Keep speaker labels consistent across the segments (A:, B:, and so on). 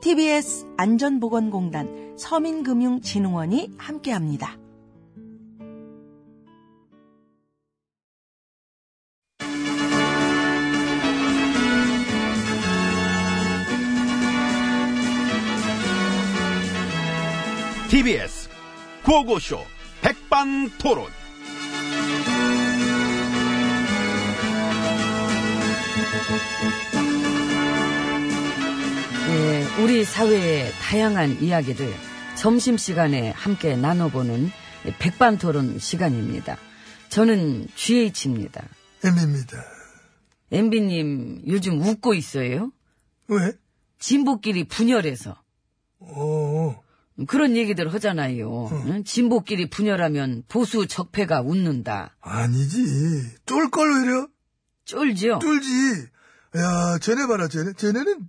A: TBS 안전보건공단 서민금융진흥원이 함께합니다.
B: TBS 구호고쇼 백반토론.
C: 예, 우리 사회의 다양한 이야기를 점심시간에 함께 나눠보는 백반토론 시간입니다. 저는 GH입니다.
D: M입니다.
C: MB님 요즘 웃고 있어요?
D: 왜?
C: 진보끼리 분열해서.
D: 어,
C: 그런 얘기들 하잖아요. 응? 진보끼리 분열하면 보수 적폐가 웃는다.
D: 아니지. 쫄걸 외려?
C: 쫄죠?
D: 쫄지. 야, 쟤네 봐라, 쟤네. 쟤네는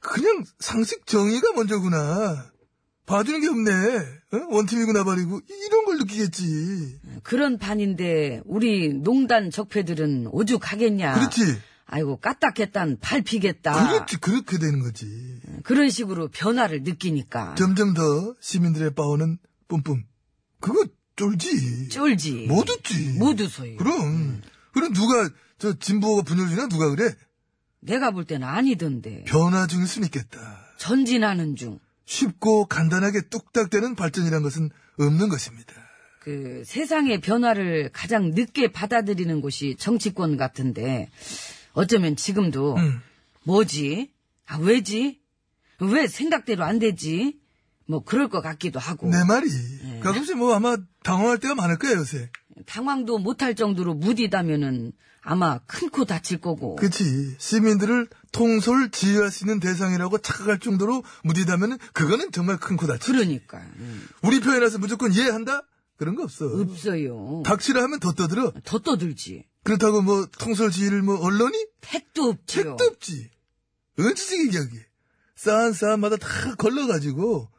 D: 그냥 상식 정의가 먼저구나. 봐주는 게 없네. 어? 원팀이고 나발이고. 이- 이런 걸 느끼겠지.
C: 그런 판인데 우리 농단 적폐들은 오죽하겠냐.
D: 그렇지.
C: 아이고 까딱했단 발피겠다.
D: 그렇지. 그렇게 되는 거지.
C: 그런 식으로 변화를 느끼니까
D: 점점 더 시민들의 빠오는 뿜뿜. 그거 쫄지.
C: 쫄지.
D: 못 웃지.
C: 모두 소유.
D: 그럼. 그럼 누가, 저, 진보가 분열이나 누가 그래?
C: 내가 볼 때는 아니던데.
D: 변화 중일 순 있겠다.
C: 전진하는 중.
D: 쉽고 간단하게 뚝딱되는 발전이란 것은 없는 것입니다.
C: 그 세상의 변화를 가장 늦게 받아들이는 곳이 정치권 같은데 어쩌면 지금도
D: 음.
C: 뭐지? 아 왜지? 왜 생각대로 안 되지? 뭐 그럴 것 같기도 하고
D: 내 말이
C: 예.
D: 가끔씩 뭐 아마 당황할 때가 많을 거예요 요새.
C: 당황도 못할 정도로 무디다면은 아마 큰 코 다칠 거고
D: 그치 시민들을 통솔 지휘할 수 있는 대상이라고 착각할 정도로 무디다면 그거는 정말 큰 코다치.
C: 그러니까 음,
D: 우리 표현해서 무조건 이해한다 그런 거 없어.
C: 없어요.
D: 닥치라 하면 더 떠들어.
C: 더 떠들지.
D: 그렇다고 뭐 통솔 지휘를 뭐 언론이
C: 택도 없지요.
D: 책도 없지. 은지적인 이야기. 쌓은 쌓은마다 다 걸러가지고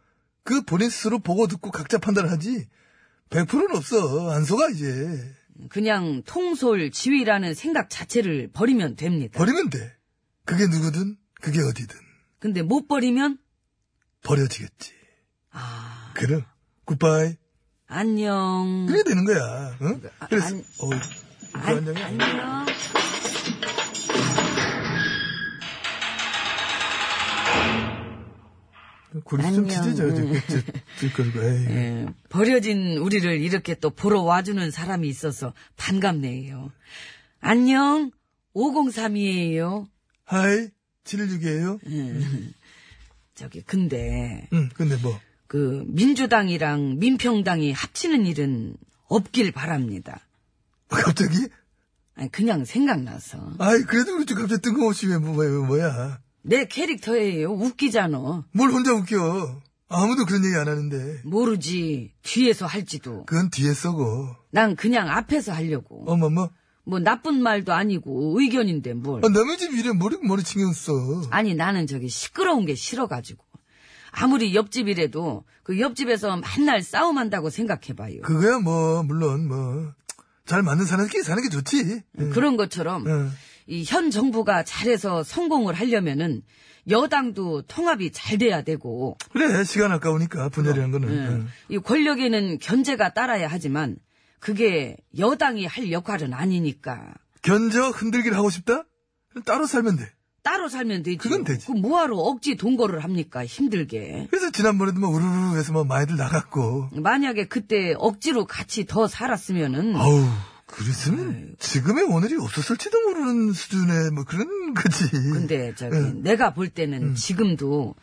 D: 그 본인 스스로 보고 듣고 각자 판단하지. 100%는 없어. 안 속아 이제.
C: 그냥 통솔 지휘라는 생각 자체를 버리면 됩니다.
D: 버리면 돼. 그게 누구든 그게 어디든
C: 근데 못 버리면
D: 버려지겠지.
C: 아
D: 그럼 굿바이.
C: 안녕.
D: 그게 되는 거야. 응?
C: 아,
D: 그래서
C: 안-
D: 어,
C: 아,
D: 안녕이
C: 안녕.
D: 고리 좀
C: 안녕.
D: 찢어져. 그, 들걸고 그, 에이.
C: 예, 버려진 우리를 이렇게 또 보러 와주는 사람이 있어서 반갑네요. 안녕. 503이에요. 네.
D: 하이 716이에요.
C: 저기 근데
D: 응, 근데 뭐.
C: 그 민주당이랑 민평당이 합치는 일은 없길 바랍니다.
D: 갑자기?
C: 아니, 그냥 생각나서
D: 아이, 그래도 그렇지. 갑자기 뜬금없이 왜, 뭐, 왜, 왜, 뭐야.
C: 내 캐릭터예요. 웃기잖아.
D: 뭘 혼자 웃겨. 아무도 그런 얘기 안 하는데.
C: 모르지 뒤에서 할지도
D: 그건 뒤에 써고.
C: 난 그냥 앞에서 하려고.
D: 어머, 뭐.
C: 뭐 나쁜 말도 아니고 의견인데 뭘.
D: 아, 남의 집 일에 머리, 머리 신경 써.
C: 아니 나는 저기 시끄러운 게 싫어가지고 아무리 옆집이라도 그 옆집에서 맨날 싸움한다고 생각해봐요.
D: 그거야, 뭐, 물론, 뭐. 잘 맞는 사람끼리 사는 게 좋지. 예. 어. 응.
C: 그런 것처럼
D: 응.
C: 이 현 정부가 잘해서 성공을 하려면은 여당도 통합이 잘 돼야 되고
D: 그래, 시간 아까우니까, 분열이란 거는. 어. 응.
C: 이 권력에는 견제가 따라야 하지만 그게 여당이 할 역할은 아니니까
D: 견저 흔들기를 하고 싶다? 그럼 따로 살면 돼.
C: 따로 살면 되지.
D: 그건 되지.
C: 그 뭐하러 억지 동거를 합니까 힘들게.
D: 그래서 지난번에도 막 우르르 해서 막 많이들 나갔고.
C: 만약에 그때 억지로 같이 더 살았으면은
D: 아우,
C: 네.
D: 그랬으면 지금의 오늘이 없었을지도 모르는 수준의 뭐 그런 거지.
C: 근데 저기
D: 응.
C: 내가 볼 때는
D: 음.
C: 지금도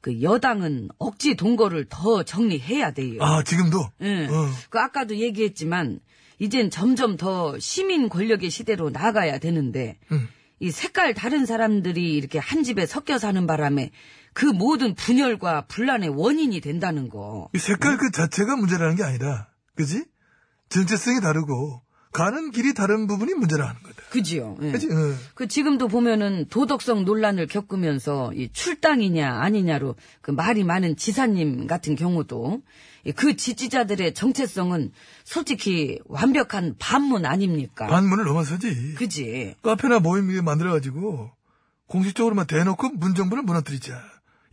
C: 그 여당은 억지 동거를 더 정리해야 돼요.
D: 아, 지금도?
C: 예.
D: 어.
C: 그 아까도 얘기했지만 이젠 점점 더 시민 권력의 시대로 나아가야 되는데
D: 음.
C: 이 색깔 다른 사람들이 이렇게 한 집에 섞여 사는 바람에 그 모든 분열과 분란의 원인이 된다는 거.
D: 이 색깔 그 자체가 문제라는 게 아니라, 그지? 정체성이 다르고, 가는 길이 다른 부분이 문제라는 거다.
C: 그지요. 예.
D: 그지? 어. 응.
C: 그 지금도 보면은 도덕성 논란을 겪으면서 이 출당이냐 아니냐로 그 말이 많은 지사님 같은 경우도 이그 지지자들의 정체성은 솔직히 완벽한 반문 아닙니까?
D: 반문을 넘어서지.
C: 그지.
D: 카페나 모임 이렇게 만들어가지고 공식적으로만 대놓고 문정부를 무너뜨리자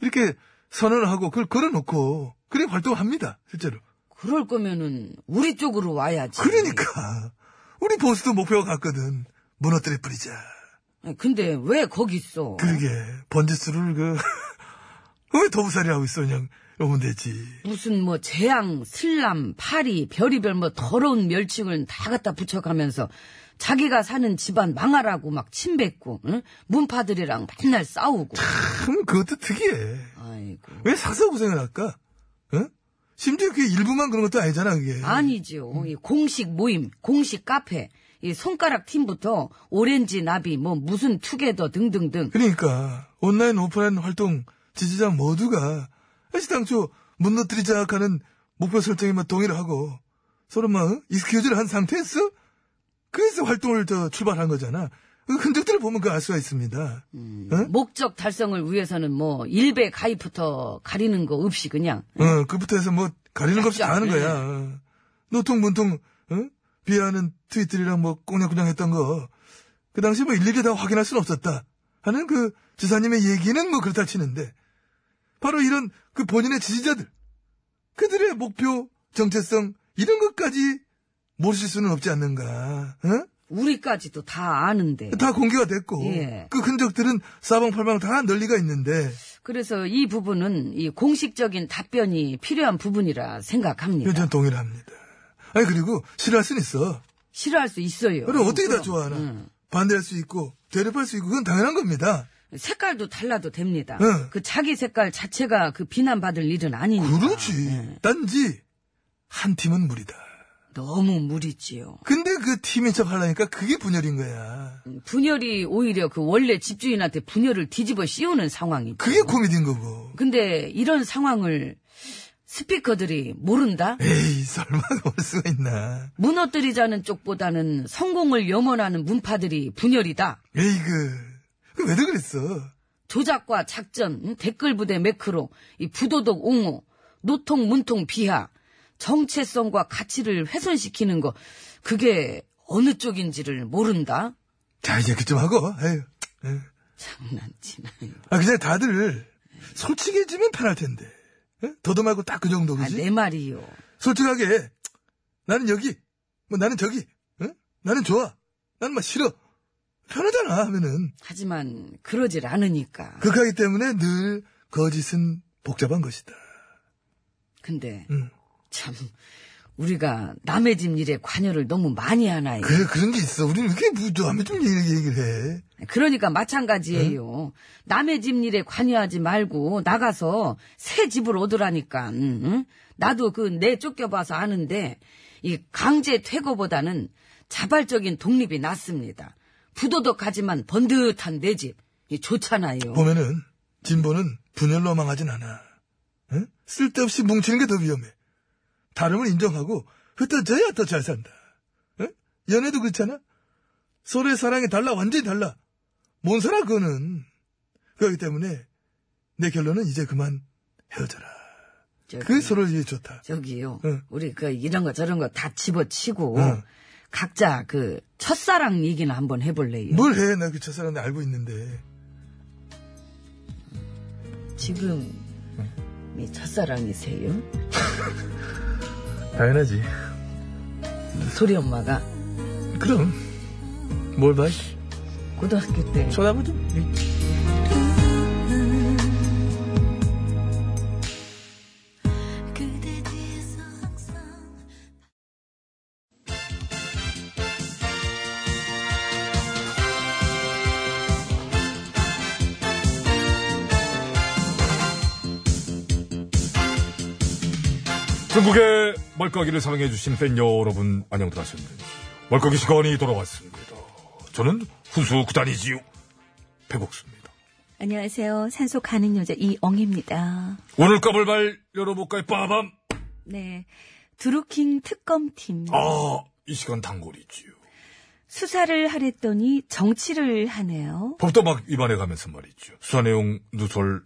D: 이렇게 선언을 하고 그걸 걸어놓고 그래 활동합니다 실제로
C: 그럴 거면은 우리 쪽으로 와야지.
D: 그러니까 우리 보수도 목표가 같거든 무너뜨려 뿌리자
C: 아니, 근데 왜 거기 있어?
D: 그러게 번지수를 그왜 도부살이 하고 있어 그냥 이러면 되지
C: 무슨 뭐 재앙, 슬람, 파리, 별이별 뭐 더러운 멸칭을 다 갖다 붙여가면서 자기가 사는 집안 망하라고 막 침뱉고 응? 문파들이랑 맨날 싸우고.
D: 참 그것도 특이해
C: 아이고.
D: 왜 사서 고생을 할까 응? 심지어 그게 일부만 그런 것도 아니잖아 그게
C: 음. 아니지요.
D: 음.
C: 이 공식 모임, 공식 카페, 이 손가락 팀부터 오렌지 나비 뭐 무슨 투게더 등등등
D: 그러니까 온라인 오프라인 활동 지지자 모두가 시당초 무너뜨리자 하는 목표 설정에만 뭐 동의를 하고 서로 막 익스큐즈를 한 상태에서 그래서 활동을 저 출발한 거잖아. 그 흔적들을 보면 그 알 수가 있습니다. 응?
C: 목적 달성을 위해서는 뭐 일배 가입부터 가리는 거 없이 그냥
D: 어, 그부터 해서 뭐 가리는 것 없이 다 하는 거야. 어. 노통 문통 어? 비하하는 트윗들이랑 뭐 꽁냥꽁냥 했던 거. 그 당시 뭐 일일이 다 확인할 수는 없었다. 하는 그 지사님의 얘기는 뭐 그렇다 치는데 바로 이런 그 본인의 지지자들 그들의 목표 정체성 이런 것까지 모르실 수는 없지 않는가. 어?
C: 우리까지도 다 아는데
D: 다 공개가 됐고
C: 예.
D: 그 흔적들은 사방팔방 다 널리가 있는데
C: 그래서 이 부분은 이 공식적인 답변이 필요한 부분이라 생각합니다.
D: 이건 전 동의를 합니다. 아니 그리고 싫어할 수는 있어.
C: 싫어할 수 있어요.
D: 그럼 어떻게 다
C: 그럼,
D: 좋아하나?
C: 음,
D: 반대할 수 있고, 대립할 수 있고, 그건 당연한 겁니다.
C: 색깔도 달라도 됩니다.
D: 응.
C: 그 자기 색깔 자체가 그 비난받을 일은 아니니까. 네. 예.
D: 그렇지. 딴지, 한 팀은 무리다.
C: 너무 무리지요.
D: 근데 그 팀인 척 하려니까 그게 분열인 거야.
C: 음, 분열이 오히려 그 원래 집주인한테 분열을 뒤집어 씌우는 상황이죠.
D: 그게 코미디인 거고.
C: 근데 이런 상황을 스피커들이 모른다?
D: 에이, 설마 올 수가 있나.
C: 무너뜨리자는 쪽보다는 성공을 염원하는 문파들이 분열이다.
D: 에이, 그, 그 왜들 그랬어?
C: 조작과 작전, 음, 댓글 부대 매크로, 이 부도덕 옹호, 노통 문통 비하, 정체성과 가치를 훼손시키는 거, 그게 어느 쪽인지를 모른다?
D: 자, 이제 그쯤 하고, 에휴. 에휴.
C: 장난치나.
D: 아, 그냥 다들 솔직해지면 편할 텐데. 예? 더듬하고 딱 그 정도,
C: 아,
D: 그지?
C: 내 말이요.
D: 솔직하게 나는 여기 뭐 나는 저기 응? 나는 좋아 나는 막 싫어 편하잖아 하면은
C: 하지만 그러질 않으니까.
D: 극하기 때문에 늘 거짓은 복잡한 것이다
C: 근데
D: 응.
C: 참 우리가 남의 집 일에 관여를 너무 많이 하나요.
E: 그래, 그런 게 있어. 우리는 왜 이렇게 무도하면 좀 얘기- 얘기를 해.
C: 그러니까 마찬가지예요. 남의 집 일에 관여하지 말고 나가서 새 집을 얻으라니까. 응, 응? 나도 그 내 쫓겨봐서 아는데 이 강제 퇴거보다는 자발적인 독립이 낫습니다. 부도덕하지만 번듯한 내 집. 이 좋잖아요.
E: 보면은, 진보는 분열로 망하진 않아. 응? 쓸데없이 뭉치는 게 더 위험해. 다름을 인정하고, 흩어져야 더 잘 산다. 응? 연애도 그렇잖아? 서로의 사랑이 달라, 완전히 달라. 뭔 소리야, 그거는. 그렇기 때문에, 내 결론은 이제 그만 헤어져라.
C: 저기,
E: 그게 서로를 위해 좋다.
C: 저기요.
E: 응.
C: 우리 그 이런 거 저런 거 다 집어치고
E: 응.
C: 각자 그 첫사랑 얘기나 한번 해볼래요.
E: 뭘 해? 나 그 첫사람 알고 있는데.
C: 지금 이 첫사랑이세요?
E: 당연하지.
C: 소리 엄마가
E: 그럼. 뭘 봐?
C: 고등학교 때
E: 쳐다보지?
D: 중국의 말까기를 사랑해주신 팬 여러분, 안녕들 하셨는지. 말까기 시간이 돌아왔습니다. 저는 훈수 구단이지요. 배국수입니다.
A: 안녕하세요. 산소 가는 여자 이엉입니다.
D: 오늘 까불발 열어볼까요? 빠밤!
A: 네. 드루킹 특검팀.
D: 아, 이 시간 단골이지요.
A: 수사를 하랬더니 정치를 하네요.
D: 법도 막 위반해 가면서 말이죠. 수사 내용, 누설,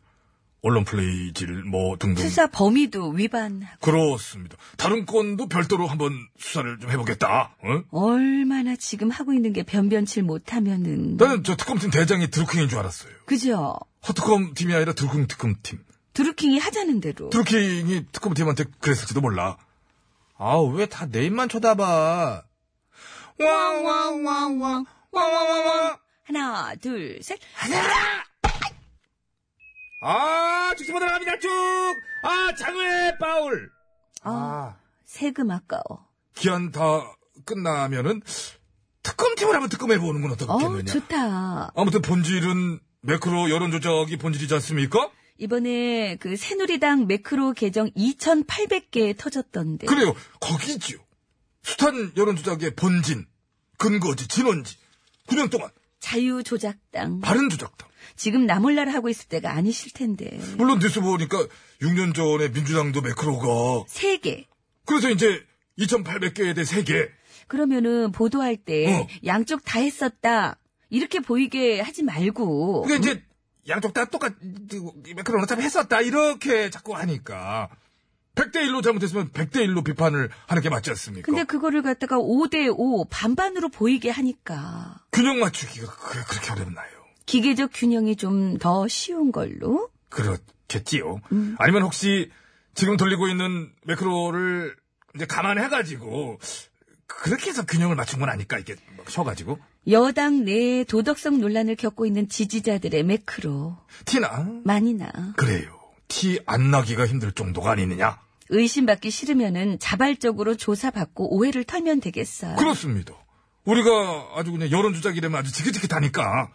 D: 언론 플레이질, 뭐 등등.
A: 수사 범위도 위반하고
D: 그렇습니다. 다른 건도 별도로 한번 수사를 좀 해보겠다. 어?
A: 얼마나 지금 하고 있는 게 변변치 못하면은
D: 나는 저 특검팀 대장이 드루킹인 줄 알았어요.
A: 그죠?
D: 허특검 팀이 아니라 드루킹 특검팀.
A: 드루킹이 하자는 대로
D: 드루킹이 특검팀한테 그랬을지도 몰라.
F: 아, 왜 다 내 입만 쳐다봐. 와와와와 와와와와
A: 하나 둘 셋.
F: 아, 죽지마다 라비다 쭉! 아, 장외 파울!
A: 아, 세금 아까워.
D: 기한 다 끝나면은 특검팀을 한번 특검해보는 건
A: 어
D: 어떻겠느냐.
A: 좋다.
D: 아무튼 본질은 매크로 여론 조작이 본질이지 않습니까?
A: 이번에 그 새누리당 매크로 계정 2,800개 터졌던데.
D: 그래요. 거기지요. 숱한 여론 조작의 본진, 근거지, 진원지. 9년 동안
A: 자유조작당.
D: 바른 조작당.
A: 지금 나몰라라 하고 있을 때가 아니실 텐데.
D: 물론 뉴스 보니까 6년 전에 민주당도 매크로가
A: 세 개.
D: 그래서 이제 2,800개에 대해 3개.
A: 그러면은 보도할 때
D: 어.
A: 양쪽 다 했었다. 이렇게 보이게 하지 말고.
F: 그게 이제, 양쪽 다 똑같, 매크로는 어차피 했었다. 이렇게 자꾸 하니까.
D: 100대1로 잘못했으면 100대1로 비판을 하는 게 맞지 않습니까?
A: 근데 그거를 갖다가 5대5 반반으로 보이게 하니까
D: 균형 맞추기가 그, 그렇게 어렵나요?
A: 기계적 균형이 좀 더 쉬운 걸로.
D: 그렇겠지요.
A: 음.
D: 아니면 혹시 지금 돌리고 있는 매크로를 이제 감안해가지고 그렇게 해서 균형을 맞춘 건 아닐까 이렇게 막 쳐가지고
A: 여당 내 도덕성 논란을 겪고 있는 지지자들의 매크로
D: 티나
A: 많이 나.
D: 그래요. 티 안 나기가 힘들 정도가 아니느냐?
A: 의심받기 싫으면은 자발적으로 조사받고 오해를 털면 되겠어요.
D: 그렇습니다. 우리가 아주 그냥 여론 조작이라면 아주 지긋지긋하니까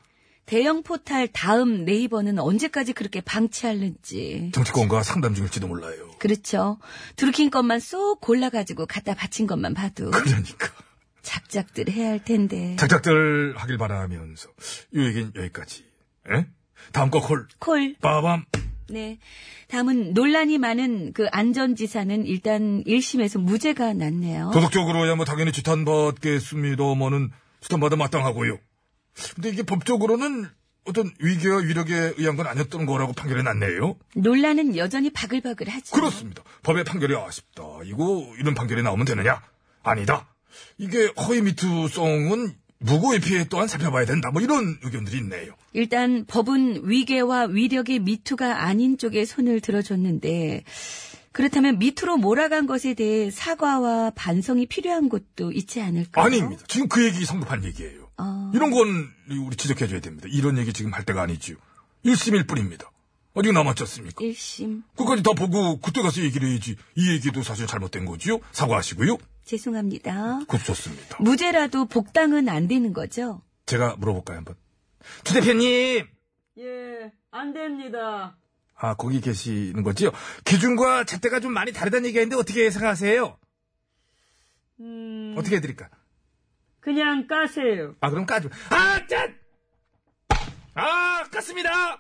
A: 대형 포탈 다음 네이버는 언제까지 그렇게 방치할는지.
D: 정치권과 상담 중일지도 몰라요.
A: 그렇죠. 두루킹 것만 쏙 골라가지고 갖다 바친 것만 봐도
D: 그러니까
A: 작작들 해야 할 텐데.
D: 작작들 하길 바라면서 요 얘기는 여기까지. 예? 다음 거콜
A: 콜.
D: 빠밤.
A: 네. 다음은 논란이 많은 그 안전지사는 일단 1심에서 무죄가
C: 어?
A: 났네요.
D: 도덕적으로야 뭐 당연히 지탄받겠습니다만은 지탄받아 마땅하고요. 근데 이게 법적으로는 어떤 위계와 위력에 의한 건 아니었던 거라고 판결이 났네요.
A: 논란은 여전히 바글바글하죠.
D: 그렇습니다. 법의 판결이 아쉽다. 이거 이런 판결이 나오면 되느냐? 아니다. 이게 허위 미투성은 무고의 피해 또한 살펴봐야 된다. 뭐 이런 의견들이 있네요.
A: 일단 법은 위계와 위력의 미투가 아닌 쪽에 손을 들어줬는데 그렇다면 밑으로 몰아간 것에 대해 사과와 반성이 필요한 것도 있지 않을까요?
D: 아닙니다. 지금 그 얘기 성급한 얘기예요.
A: 어.
D: 이런 건 우리 지적해줘야 됩니다. 이런 얘기 지금 할 때가 아니지요. 일심일뿐입니다. 아직 남았잖습니까?
C: 1심.
D: 그까지 다 보고 그때 가서 얘기를 해야지. 이 얘기도 사실 잘못된 거지요. 사과하시고요.
C: 죄송합니다.
D: 굽좋습니다.
C: 무죄라도 복당은 안 되는 거죠?
D: 제가 물어볼까요 한번? 주 대표님.
G: 예, 안 됩니다.
D: 아 거기 계시는 거지요? 기준과 잣대가 좀 많이 다르다는 얘기가 있는데 어떻게 생각하세요? 어떻게 해드릴까?
G: 음, 그냥 까세요.
D: 아 그럼 까죠. 아 짠! 아 깠습니다.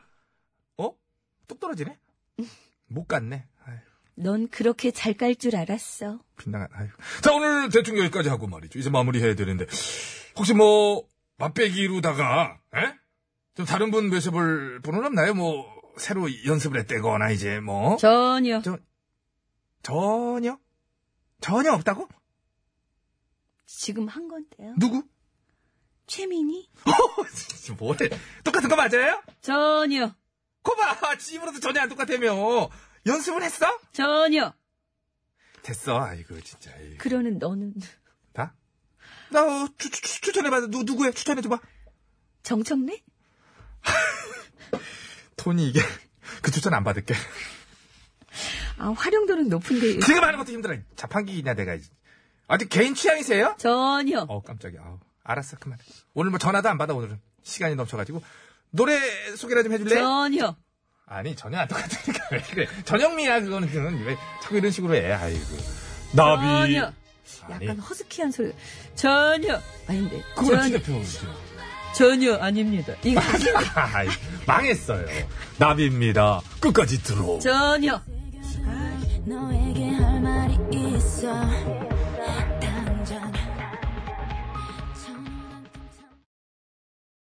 D: 어? 뚝 떨어지네? 못 깠네. 아유.
C: 넌 그렇게 잘 깔 줄 알았어.
D: 빗나간, 아유. 자, 오늘 대충 여기까지 하고 말이죠. 이제 마무리해야 되는데. 혹시 뭐, 맛배기로다가, 에? 좀 다른 분 모셔볼 분은 없나요? 뭐, 새로 연습을 했대거나, 이제 뭐.
G: 전혀.
D: 전혀? 전혀 없다고?
C: 지금 한 건데요.
D: 누구?
C: 최민희?
D: 진짜 뭐래. 똑같은 거 맞아요?
G: 전혀.
D: 거봐! 집으로도 전혀 안 똑같다며. 연습을 했어?
G: 전혀.
D: 됐어. 아이고, 진짜. 아이고.
C: 그러는 너는
D: 나? 나, 어, 추, 추, 추, 추천해봐. 누, 누구야? 추천해줘봐.
C: 정청래?
D: 돈이 이게, 그 추천 안 받을게.
C: 아, 활용도는 높은데.
D: 지금 하는 것도 힘들어. 자판기냐 내가 이제. 아직 개인 취향이세요?
C: 전혀.
D: 어 깜짝이야. 아우, 알았어 그만. 오늘 뭐 전화도 안 받아 오늘은 시간이 넘쳐가지고 노래 소개나 좀 해줄래?
C: 전혀.
D: 아니 전혀 안 똑같으니까 왜 그래? 전영미야 그거는 그거는 왜 자꾸 이런 식으로 해? 아이고 나비.
C: 전혀.
D: 아니
C: 약간 허스키한 소리. 전혀. 아닌데.
D: 그거
C: 전혀.
D: 진짜 표현이지.
C: 전혀 아닙니다. 이거 아니-
D: 아이, 망했어요. 나비입니다. 끝까지 들어.
C: 전혀.
A: 너에게 할 말이 있어